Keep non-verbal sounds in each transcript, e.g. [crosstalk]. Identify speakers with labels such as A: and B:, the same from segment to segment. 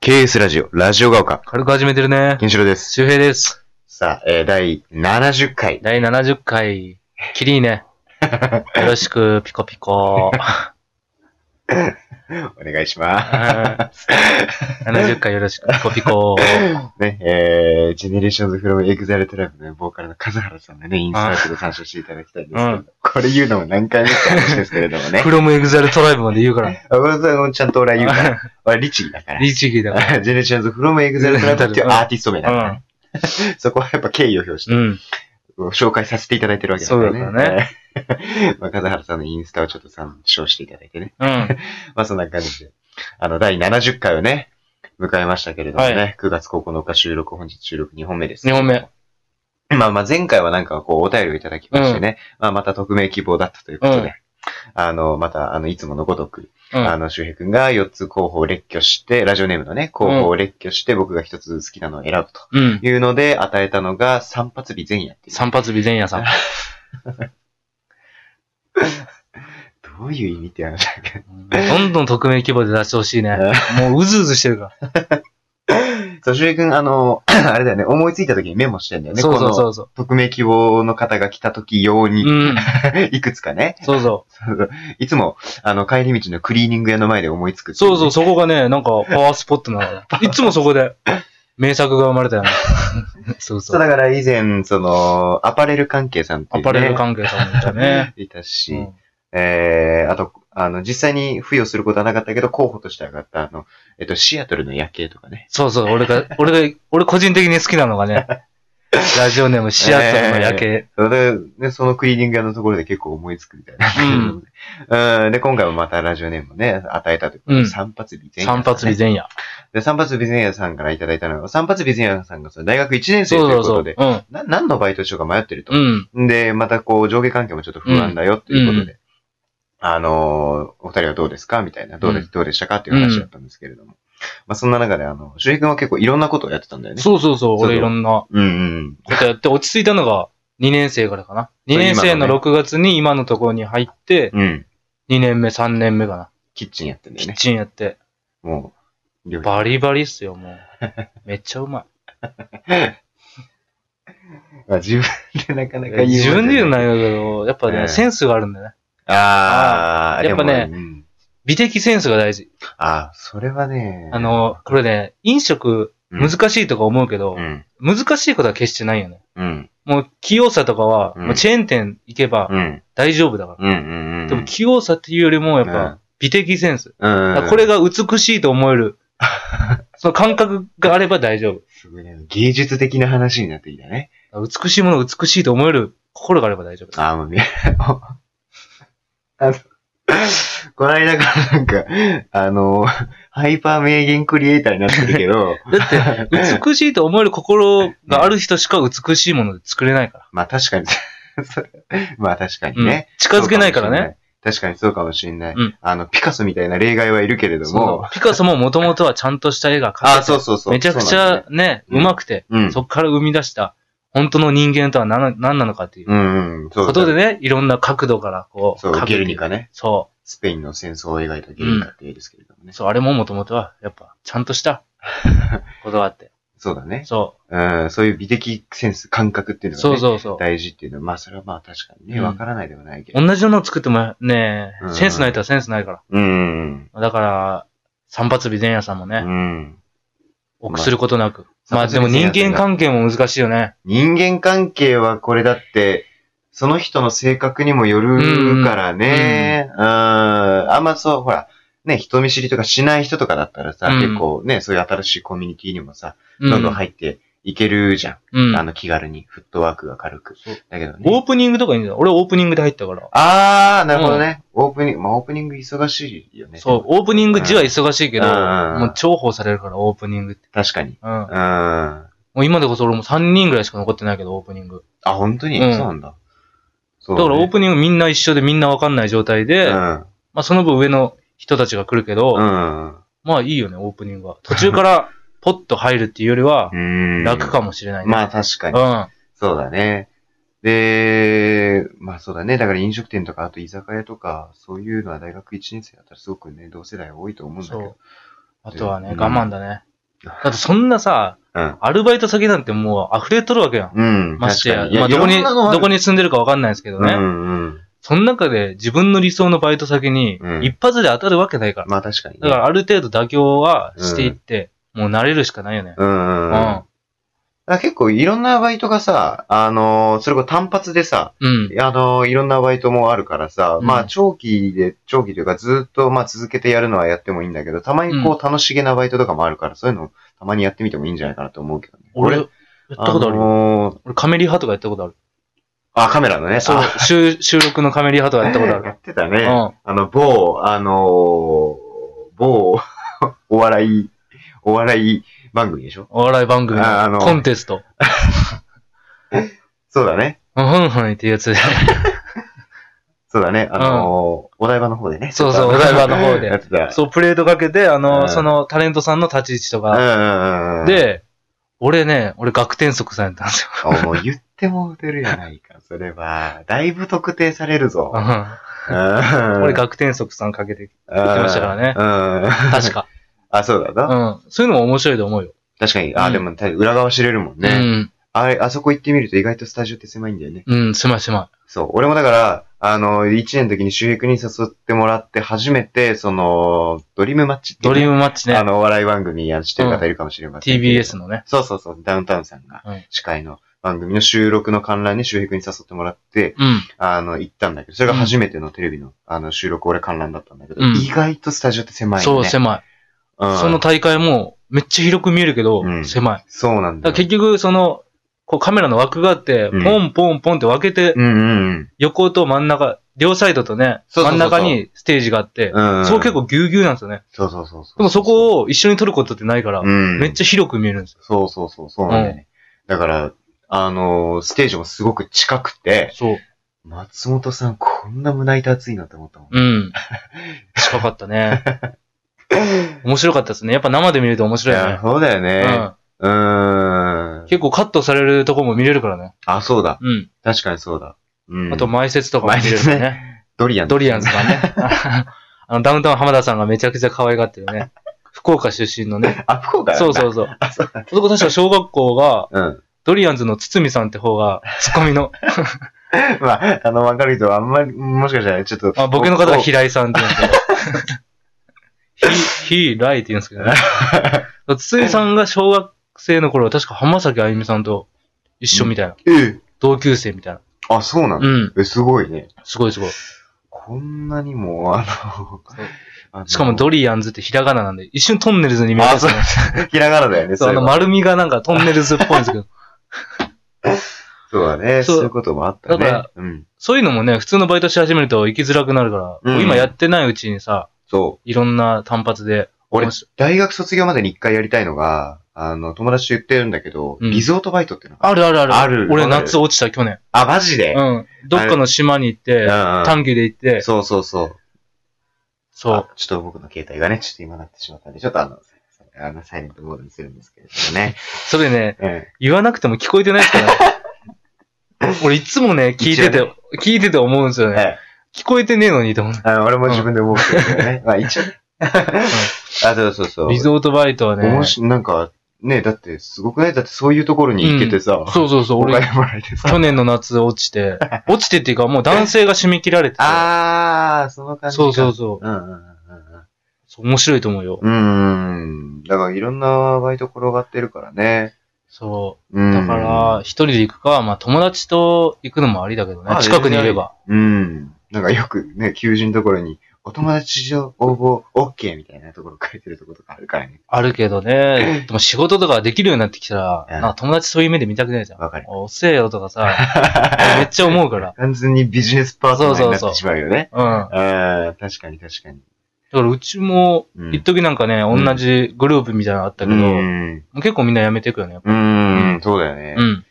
A: KS ラジオ、ラジオが丘、
B: 軽く始めてるね。
A: ケンシロウです。
B: 周平です。
A: さあ、えー、第70回。
B: 第70回、キリ
A: [laughs]
B: ーね。よろしく、ピコピコ。
A: お願いしま
B: は
A: す。
B: 70回よろしく、ピコピコ。
A: ね、えー、ジェネレーションズフロムエグザイルトラブのボーカルの数原さんのね、インスタートで参照していただきたいんですけど、
B: うん
A: これ言うのも何回目って話ですけれどもね
B: フ。ロムエグザルトライブまで言うから。
A: あ、俺はちゃんと俺は言う
B: [laughs]
A: から。俺は律儀だから。
B: リーチギーだか。
A: ジェネレーションズフロムエグザイルトラブっていうアーティスト名だからら、そこはやっぱ敬意を表して
B: う、ん。うん。
A: 紹介させていただいてるわけだからね。
B: そうだから
A: ね。まあ、風原さんのインスタをちょっと参照していただいてね。
B: うん。
A: まあそんな感じで。あの、第70回をね、迎えましたけれどもね、
B: は
A: 9月9日収録、本日収録2本目です。
B: 2本目。
A: まあまあ前回はなんかこうお便りをいただきましてね、まあまた匿名希望だったということで、
B: うん
A: あの、またあの、いつものごとく、
B: う
A: あ
B: ん。
A: の、周平くんが4つ候補を列挙して、ラジオネームのね、候補を列挙して僕が1つ好きなのを選ぶと
B: うん。
A: いうので、与えたのが散髪日前夜っていう。
B: 散髪日前夜さ
A: [laughs]
B: ん。
A: どういう意味って話だっけ
B: どんどん匿名規模で出してほしいね。もううずうずしてるか
A: そう、周平くん、あの、 [clears throat] あれだよね、思いついた時にメモしてんだよ
B: ら。
A: ね。
B: そうそう
A: この
B: そうそ
A: 匿名希望の方が来た時用
B: う。
A: に、
B: うん。
A: [laughs] いくつかね、
B: そうそ
A: いつも、あの、帰り道のクリーニング屋の前で思いつく [laughs]
B: う。そうそう、
A: う。
B: そこがね、なんかパワースポットなのよ。いつもそ
A: [laughs]
B: こで、名作が生まれたよね。そう
A: そ、
B: そうう。
A: だから以前、その、アパレル関係さんってい
B: ア
A: う、ね、
B: パレル関係さんもいたね。
A: [laughs] いたし、
B: うん
A: えー、あと、あの、実際に付与することはなかったけど、候補として上がった、あの、えっと、シアトルの夜景とかね。
B: そうそう、俺が、俺が、俺個人的に好きなの
A: [laughs]
B: がね、ラジオネームシアトルの夜景。
A: それで、ねそのクリーニング屋のところで結構思いつくみたいな。
B: うん
A: [laughs] うん。で、今回もまたラジオネームをね、与えたということ
B: う
A: で、
B: ん
A: 散髪日前夜さん
B: 散
A: ね
B: 髪日前夜。
A: で、散髪美前夜さんからいただいたのが、散髪美前夜さんがその大学1年生とい
B: そうそうう
A: こ
B: そ
A: と
B: う。
A: で、
B: うん。
A: な何のバイトしようか迷ってると。
B: うん。
A: で、またこう、上下関係もちょっと不安だよっていうことで、あのーお二人はどうですかみたいな、どうで、
B: うん
A: どうでしたかっていう話だったんですけれども。まあ、そんな中で、あの、周平君は結構いろんなことをやってたんだよね。
B: そうそうそう、
A: そう
B: 俺いろんな
A: うんうん。
B: ことやって、落ち着いたのが2年生からかな。2年生の
A: 今のね
B: 6月に今のところに入って、
A: うん。
B: 2年目、3年目かな。
A: キッチンやってんだよ
B: キッ
A: ね。
B: チンやって。
A: もう、料理
B: バリバリっすよ、もう。めっちゃうまい。
A: まあ自分でなかなか言う。
B: 自分で言うの
A: い。
B: ないけど、やっぱ
A: ええ
B: ね、センスがあるんだよね。
A: あー、
B: やっぱ
A: で
B: ね
A: もうん
B: 美的センスが大事。
A: あー、それはね。
B: あ、の、これね、飲食難しいとか思うけど
A: う、ん。
B: 難しいことは決してないよね。
A: うん。
B: もう器用さとかは、
A: うん
B: もうチェーン店行けば
A: うん。
B: 大丈夫だから。
A: うんうんうん。
B: でも器用さっていうよりも、やっ
A: うん
B: ぱ美的センス。
A: うん
B: だからこれが美しいと
A: [laughs]
B: 思える、その感覚があれば大丈
A: すごいね芸術的な話になってきたね。
B: 夫。美しいものを美しいと思える心があれば大丈夫。
A: ああ、もうね。 [laughs] あの、こないだからなんか、あの、ハイパー名言クリエイターになってるけ
B: [laughs]
A: ど、
B: だって、美しいと思える心がある人しか美しいもので作れないから。
A: まあ確かに、 [laughs] それまあ確かに
B: うん
A: ね。
B: 近づけないからね。
A: そうかもしれない。確かにそうかもしれない。
B: うん
A: あの、ピカソみたいな例外はいるけれど
B: そう
A: も、
B: ピカソももともとはちゃんとした絵が描
A: あ
B: け
A: あ、そうそうそ
B: て、
A: う。
B: めちゃくち
A: そうなんだ
B: ゃ
A: ね
B: ね、
A: うん
B: 上手くて、
A: うん
B: そこから生み出した、本当の人間とは何何なのかっていう。
A: うんうん、そうだ
B: ことでね、いろんな角度からこう、
A: そう、
B: 描く
A: ゲルニカね。
B: そ
A: スペインの戦争を描いたゲルニカって絵ですけれどもね
B: う。。そう、あれももともとは、やっぱ、ちゃんとした、
A: [laughs]
B: ことがあって。
A: そうだね。
B: そ
A: うん、そういう美的センス、感覚っていう
B: う。
A: のがね
B: そう、そうそう。
A: 大事っていうのは、まあそれはまあ確かにね、
B: うん
A: わからないではないけど。
B: 同じようなの作ってもね
A: う、ん
B: センスないとはセンスないか
A: うん。
B: ら。だから、散髪美前夜さんも
A: う
B: ね、
A: ん。
B: 臆することなく。
A: まあ
B: まあでも
A: 散
B: 人
A: 髪美前夜さん
B: 間
A: が
B: 関係も難しいよね。
A: 人間関係はこれだって、その人の性格にもよるからね。うん。あんまそう、ほら、ね、人見知りとかしない人とかだったらさ、
B: うん
A: 結構ね、そういう新しいコミュニティにもさ、
B: う
A: どんどん
B: ん。
A: 入っていけるじゃ。
B: うん
A: あ
B: ん。
A: の、気軽に、フットワークが軽く
B: そう。
A: だけどね。
B: オープニングとかいいんだよ。俺オープニングで入ったから。
A: あー、なるほどね。オープニング、まあオープニング忙しいよね。
B: そう、
A: でも。
B: オープニング字は忙しいけど、
A: う
B: も
A: ん
B: う
A: うん
B: 重宝されるから、オープニングって。
A: 確かに。
B: うん。も
A: うん。あ、
B: う今でこそ俺も3人ぐらいしか残ってないけど、オープニング。
A: 本当に、
B: うん
A: そうなんだ。そう
B: だ
A: ね
B: からオープニングみんな一緒でみんなわかんない状態で、
A: うん。
B: まあその分上の人たちが来るけど、
A: うん。
B: まあいいよね、オープニングは。途中からポッと入るっていうよりは
A: う、ん。
B: 楽かもしれないね。
A: まあ確かに。そうだね。で、まあそうだね。だから飲食店とか、あと居酒屋とか、そういうのは大学1年生だったらすごくね、同世代多いと思うん
B: う。
A: んだけ
B: そ
A: ど
B: う。。あとはね、
A: うん
B: 我慢だね。だってそんなさ、
A: うん
B: アルバイト先なんてもう溢れとるわけやん。
A: うん。
B: ましてや
A: 確か、に
B: まあ、どこに、どこ
A: に
B: に住んでるかわかんないですけど
A: い
B: ね。
A: やいろんなのあるうんうん。
B: その中で自分の理想のバイト先に
A: うん
B: 一発で当たるわけないから。
A: まあ確かにね。
B: だからある程度妥協はしていって、もう慣れるしかないよね。
A: うんう
B: うん
A: うん。だか。ら結構いろんなバイトがさ、あのーそれこそ単発でさ、
B: うん。
A: あのーいろんなバイトもあるからさ、
B: うん
A: まあ長期で、長期というかずっとまあ続けてやるのはやってもいいんだけど、たまにこう楽しげなバイトとかもあるから、そういうのたまにやってみてもいいんじゃないかなと思うけどね。
B: 俺、やったことあるよ。
A: のー
B: 俺、カメリハとかやったことある。
A: あ、カメラのね。
B: そう
A: あ、
B: 収収録のカメリハとかやったことあ
A: や
B: る。
A: ってたね。
B: うん。
A: あの、某、あのー某、 [laughs] お笑い、お笑い番組でしょ
B: お笑い番組
A: ああの
B: のコンテスト。
A: そうだね。
B: うん、ふんふんっていうやつで。
A: そうだね。あのーお台場の方でね。
B: そうそう
A: ちょっと
B: お台場の方で
A: [laughs] やってた。
B: [laughs] そう、プレートかけて、あ
A: う
B: の、
A: ん
B: そのタレントさんの立ち位置と
A: うんうん
B: か。
A: うん。、
B: で、俺ね、俺、学天則さんやったんですよ。
A: あもう言っても打てるやない
B: [laughs]
A: か、それは。だいぶ特定されるぞ
B: う。ん
A: 俺
B: 俺、学天則さんかけて、
A: 言
B: ってましたからね
A: うん。
B: 確か。
A: あ、そうだな。
B: うん。そういうのも面白いと思うよ。
A: 確かに。
B: う
A: あ、
B: ん
A: でも、た裏側知れるもん
B: う
A: ね。
B: ん。
A: あれ、あそこ行ってみると意外とスタジオって狭いんだよね。
B: うん、すまいすま
A: そう。俺もだから、あの、1年の時に周平君に誘ってもらって、初めて、その、ドリームマッチっ
B: い。
A: てい
B: ド
A: うね、
B: リームマッチ
A: あ
B: ね。
A: の、お笑い番組やしてる方いるかもしれませんけど。
B: TBS のね。
A: そうそうそう、ダウンタウンさんが
B: うん
A: 司会の番組の収録の観覧に周平君に誘ってもらって、
B: うん。
A: あの、行ったんだけど、それが初めてのテレビの、あの、収録、俺観覧だったんだけど、
B: うん
A: 意外とスタジオって狭いね。
B: そう、狭い。
A: うん
B: その大会も、めっちゃ広く見えるけど
A: う、ん
B: 狭い。
A: そうなんだ
B: だから
A: よ。
B: 結局、その、こうカメラの枠があって、
A: うん
B: ポンポンポンって分けて、
A: うんうんうん。
B: 横と真ん中、両サイドとね、
A: そうそう
B: 真
A: そ
B: ん
A: う
B: 中にステージがあって、
A: うんうん
B: そこ結構ギュうギュうなんですよね。
A: そうそうそうそう。
B: でもそこを一緒に撮ることってないから、
A: うん、
B: めっちゃ広く見えるんですよ。
A: そうそうそう、そうなんだよね。だから、あのーステージもすごく近くて、
B: そう。
A: 松本さんこんな胸板熱いなって思ったもん。
B: うん。近かっ
A: [laughs]
B: たね。面白かったですね。やっぱ生で見ると面
A: い
B: 白いよ
A: や
B: ね。
A: そうだよ
B: うん
A: ね。。うーん。
B: 結構カットされるとこも見れるからね。
A: あ、そうだ。
B: うん。
A: 確かにそうだ。うん。
B: あと、前説とかも見れるから
A: 前
B: ね。
A: ドリアン。
B: ドリアンズが [laughs] ね。あの、ダウンタウン浜田さんがめちゃくちゃ可愛がってる [laughs] ね。福岡出身のね。
A: あ、福岡なんだ
B: そうそうそう。
A: あ、そう
B: [laughs]
A: だ。
B: そこ確か小学校が、
A: うん。
B: ドリアンズの堤さんって方が、ツッコミの、
A: [laughs] まあ、あの、わかる人はあんまり、もしかしたらちょっと。
B: まあ、僕の方が
A: お
B: 平井さんって言うんですけど。 [laughs] ひ、ひらいって言うんですけどね。 [laughs] 堤さんが小学生の頃は確か浜崎あゆみさんと一緒みたいな。
A: ええ
B: 同級生みたいな。
A: あ、そうなん
B: う
A: だ。
B: ん。
A: え、すごいね。
B: すごいすごい。
A: こんなにも、あの、あの
B: しかもドリアンズってひらがななんで、一瞬トンネルズに見えますね。
A: ひらがなだよね。
B: そう、あ
A: れ
B: の
A: は
B: 丸みがなんかトンネルズっぽいんですけど。
A: そうだね。
B: そう
A: そういうこともあったね。
B: だから
A: うん。
B: そういうのもね、普通のバイトし始めると行きづらくなるから、
A: うん
B: 今やってないうちにさ、
A: そう。
B: いろんな単発で。
A: 俺
B: 面白い
A: 大学卒業までに一回やりたいのが、あの、友達と言ってるんだけど、
B: うん
A: リゾートバイトっていうのが
B: あるあるある。
A: ある
B: 俺
A: わかる
B: 夏落ちた去年。
A: あ、マジで
B: うん。どっかの島に行って、
A: ん
B: 短期で行っ
A: う
B: て
A: ん。、そうそうそう。
B: そう
A: あ。ちょっと僕の携帯がね、ちょっと今なってしまったんで、ちょっとあの、あの、サイレントモードにするんですけれども
B: [laughs]
A: ね。
B: それね、
A: うん
B: 言わなくても聞こえてないですから
A: [laughs]
B: ね。俺いつもね、聞いて
A: 一
B: て
A: 応、
B: 聞いてて思うんですよね。
A: はい
B: 聞こえてねえのにと思う。
A: あの俺も自分で思うけどね。まあ一応ね。あ、そうそうそう。
B: リゾートバイトはね。
A: 面白いなんか、ね、だってすごくないだってそういうところに行けてさ、
B: そうそう [laughs] そう、
A: お [laughs]
B: 俺
A: 金もらえてさ
B: 去。年の夏落
A: [laughs]
B: ちて、落ちてっていうかもう男性が締め切られてて
A: あー、その感じか。
B: そうそうそ
A: うんうんうんうんうん。
B: う。面白いと思うよ。
A: うーん。だからいろんなバイト転がってるからね。
B: そうう。
A: ん。
B: だから、、一人で行くか、まあ友達と行くのもありだけどね
A: あ。
B: 近くにいれば。
A: うん。なんかよくね、求人のところに、お友達上応募 OK みたいなところ書いてるところとかあるからね。
B: あるけ
A: [clears throat]
B: どね。でも仕事とかできるようになってきたら、
A: うん
B: なんか友達そういう目で見たくないじゃん。
A: わ
B: [laughs]
A: かる。
B: おせえよとかさ、
A: [laughs]
B: めっちゃ思うから。
A: 完全にビジネスパーソナーになってしまうよね。
B: うん。だか
A: ああ、確かに確かに。
B: らうちも、
A: うん
B: 一時なんかね、
A: ん
B: 同じグループみたいなのあったけど、
A: う
B: も
A: ん。
B: う結構みんな辞めていくよね。
A: うん、そうだよね
B: う。ん。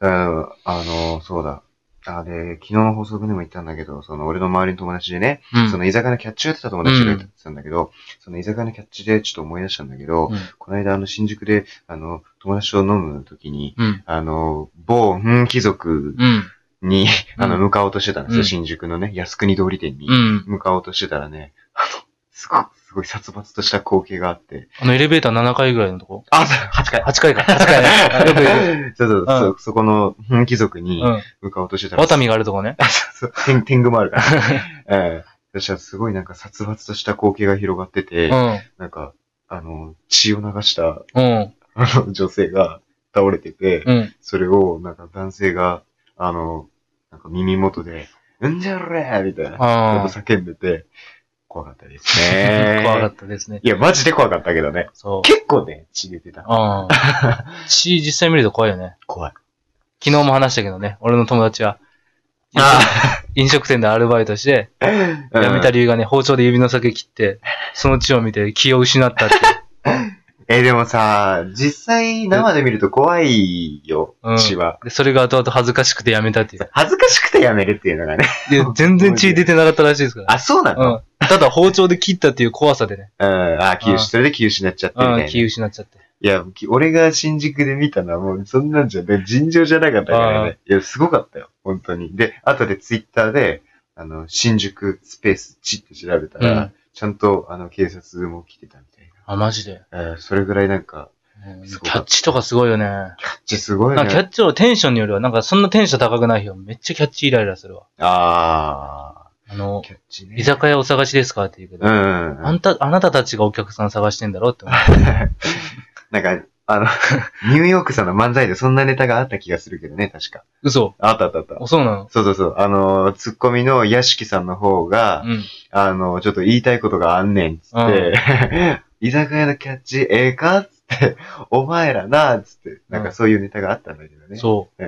A: うん、あの、そうだ。あれ、昨日の放送でも言ったんだけど、その俺の周りの友達でね、
B: うん。
A: その居酒屋のキャッチやってた友達が
B: う
A: い
B: ん
A: たんだけど、その居酒屋のキャッチでちょっと思い出したんだけど、
B: うん
A: この間あの新宿で、あの、友達と飲む時に、
B: うん。
A: あの、某、うん、貴族
B: うん。
A: に、
B: うん
A: あの、向かおうとしてたんですよ、
B: うん
A: 新宿のね、靖国通り店に。
B: うん。
A: 向かおうとしてたらね、あの、すごく、すすごい殺伐とした光景があって。
B: あの、エレベーター7階ぐらいのとこ
A: あ、そう、8回。
B: ?8 [laughs] 階か。8階ね。よく言う。
A: そうそう、そ、そこの、うん貴族に [laughs]
B: うん。
A: 向かおうとしてたら、
B: ワタミがあるとこね。
A: そう天天狗もある
B: [laughs]
A: から。うん。そしたらすごいなんか殺伐とした光景が広がってて、
B: うん。
A: なんか、あの、血を流した
B: うん。
A: あの女性が倒れてて、
B: うん。
A: それをなんか男性が、あの、なんか耳元で、うんじゃれーみたいな、
B: あー。
A: 叫んでて、怖かったですね
B: [laughs] 怖か
A: た。
B: ったですね。
A: いや、マジで怖かったけどね。
B: そう。
A: 結構ね、血出てた。
B: ああ。血実際見ると怖いよね。
A: 怖い。
B: 昨日も話したけどね、俺の友達は、
A: あ
B: 飲食店でアルバイトして、
A: あ
B: 辞めた
A: り。
B: 理由がね、包丁で指の先切って、その血を見て気を失ったっていう。
A: えでもさ、実際生で見ると怖いよ、
B: うん
A: 血は。
B: で、それが後々恥ずかしくてやめたっていう。
A: 恥ずかしくてやめるっていうのがね。
B: で、全然血出てなかったらしいですから。
A: あ、そうな
B: う
A: の
B: ん。ただ包丁で切ったっていう怖さでね。
A: うん。あ、気をそれで気を失っちゃってみたい
B: うん、
A: な。
B: 気を失っちゃって。
A: いや、き俺が新宿で見たのはもうそんなんじゃね、尋常じゃなかったからね。いや、すごかったよ、本当に。で、後でツイッターで、あの、新宿スペースチって調べたら、
B: うん
A: ちゃんと、あの、警察も来てたみたい
B: あ、マジで。
A: な。えーそれぐらいなんか、
B: うんキ
A: すご
B: ャ
A: かった
B: ッチとかすごいよね。
A: ちすごい
B: なんかキャ
A: ね。
B: ッチをテンションによるわ。なんかそんなテンション高くないよ。めっちゃキャッチイライラするわ。
A: あ
B: あ
A: ー、
B: の、
A: キャッチね。
B: 居酒屋お探しですかって言うけ
A: う
B: ど、
A: んうんうん。
B: あんた、あなたたちがお客さん探してんだ
A: [laughs]
B: ろって思う。
A: なんか、あの、 [laughs] ニューヨークさんの漫才でそんなネタがあった気がするけどね、確か。
B: 嘘。
A: あったあったあった
B: お。そうなの
A: そうそうそう。あの、ツッコミの屋敷さんの方が、
B: うん。
A: あの、ちょっと言いたいことがあんねん、つって、 [laughs] 居酒屋のキャッチ、ええかっつって、お前らな、つって、なんかそういうネタがあったんだけどね。
B: そう。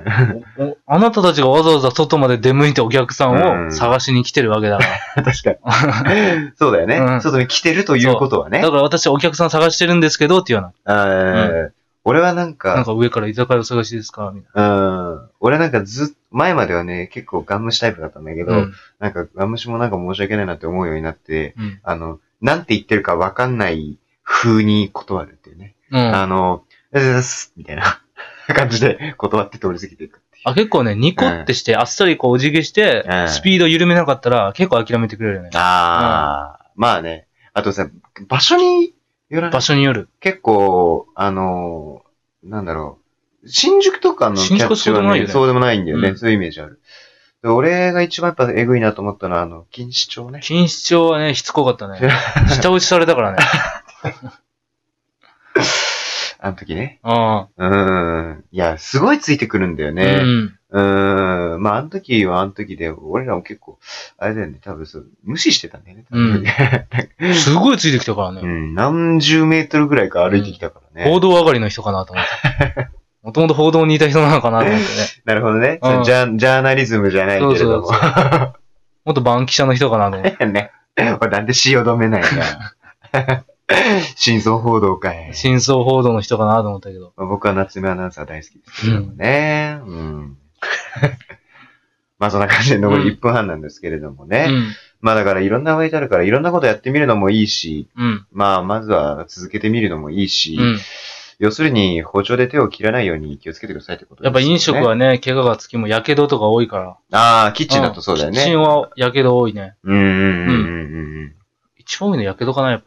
B: おおあなたたちがわざわざ外まで出向いてお客さん
A: う
B: を
A: ん
B: 探しに来てるわけだから。
A: 確かに。 [laughs] そうだよね。
B: うん
A: 外に来てるということはね
B: だ。から私お客さん探してるんですけどっていうよう
A: あー俺はなん
B: な。なん
A: か、
B: か上から居酒屋お探しですかみたい
A: うん、俺なんかずっと、前まではね、結構ガン無視タイプだったんだけど、
B: な。うん。
A: なんかガン無視もなんか申し訳ないなって思うようになって、
B: うん。
A: あの、なんて言ってるかわかんない風に断るっていうね。
B: うん
A: あの、うざすみたいな [laughs] 感じで断って通り過ぎていくっていう。
B: あ、結構ね、ニコってして、あっさりこうお辞儀して
A: う、ん
B: スピード緩めなかったら、結構諦めてくれるよね。
A: ああ、まあね。あとさ、場所によらな
B: 場
A: い。
B: 所による。
A: 結構、あのーなんだろう。新宿とかのキ
B: 新
A: ャ
B: 宿
A: ッチは、ね、
B: そ
A: そうでもないんだよね。
B: うん
A: そういうイメージある。で俺が一番やっぱエグいなと思ったのは、あの、錦糸町ね。
B: 錦糸町はね、しつこかっ
A: [laughs]
B: たね。下打ちされたからね。
A: あの時ね。
B: あ
A: うーん。いや、すごいついてくるんだよ
B: あ。う
A: ね。
B: ん。
A: うーん。まあ、あの時はあの時で、俺らも結構、あれだよね。多分そう、無視してたんだよね。多分
B: うん
A: [laughs]
B: すごいついてきたから
A: う
B: ね。
A: ん。何十メートルぐらいか歩いてきたからね。
B: 報道上がりの人かなと思って。
A: [laughs]
B: もともと報道にいた人なのかなと思ってね。
A: なるほどね。
B: うん
A: そのジャージャーナリズムじゃないけれども。
B: そうもっとバンキシャの人かなと思っ
A: [laughs]
B: て。
A: ね。俺なんで詩を止めないんだ。 [laughs] 真相報道かい。
B: 真相報道の人かなと思ったけど。
A: まあ僕は夏目アナウンサー大好きですけどもね。うん。 [laughs] まあそんな感じで残り1分半なんですけれども
B: う
A: ね。
B: ん。
A: まあだからいろんなワイトあるからいろんなことやってみるのもいいし、
B: うん。
A: まあまずは続けてみるのもいいし、
B: うん。
A: 要するに包丁で手を切らないように気をつけてくださいってことで
B: や
A: すよ
B: っぱ
A: ね。
B: 飲食はね、怪我がつきも、やけどとか多いから。
A: ああ、キッチンだ
B: う
A: と
B: ん
A: そうだよね。
B: キッチンはやけど多いね。
A: うんうんうんうんうんうん。
B: 一番多いのやけどかな、やっ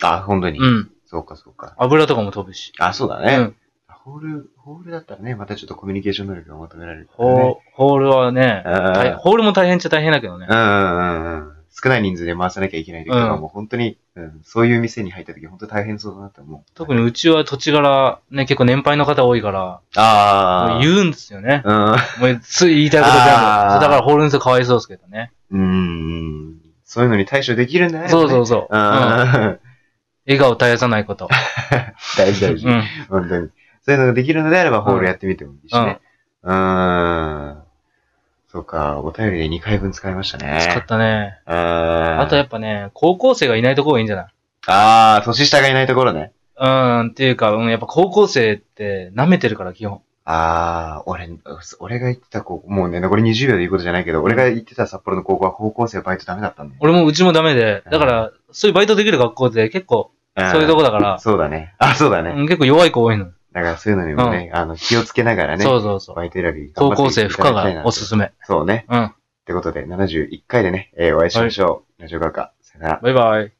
B: ぱ。
A: あ、本当に。
B: うん。
A: そうかそうか。
B: 油とかも飛ぶし。
A: あ、そうだ
B: う
A: ね。
B: ん。
A: ホール、ホールだったらね、またちょっとコミュニケーション能力が求められるからね。
B: ホーホールはね、大
A: う
B: ホールも大変っちゃ大変だけどね。
A: んうんうんうん。少ない人数で回さなきゃいけない時とかも、本当に、うん、そういう店に入った時、本当大変そうだなって思う。
B: 特にうちは土地柄、ね、結構年配の方多いから、も
A: あ
B: う
A: あ。う。
B: 言うんですよね。
A: うん。
B: もうつい言いたいこと全部。
A: あー
B: そうだからホールの人かわいそうですけどね。
A: うん。そういうのに対処できるんだね。。
B: そうそうう
A: [laughs]
B: そう。
A: うん。
B: うん
A: 大
B: 笑顔絶やさないこと。
A: 事大事
B: う。ん。
A: 本当に。そういうのができるのであれば、ホールやってみてもいいしね。うん。そうか、お便りで2回分使いました
B: 使っ
A: ね。
B: たね。
A: あ
B: あとやっぱね、高校生がいないところがいいんじゃない
A: ああ、年下がいないところね。
B: うん、っていうか、うん、やっぱ高校生って舐めてるから、基本。
A: ああ、俺、俺が行ってた高校、もうね、残り20秒で言うことじゃないけど、俺が行ってた札幌の高校は高校生バイトダメだったんだよ。
B: 俺もうちもダメで、だから、そういうバイトできる学校って結構、そういうとこだから
A: んそうだね。あ、そうだ
B: う
A: ね。
B: ん結構弱い子多いの。
A: だからそういうのにもね、あの、気をつけながらね、
B: そうそうそう。
A: バイト選び頑張っ
B: 高
A: て
B: 校生
A: い
B: 不
A: た
B: 可
A: だきたいな
B: がおすすめ。
A: そうね。
B: うん。
A: ってことで、71回でね、えーお会いしましょう。ラジオ側か。さよなら。
B: バイバイ。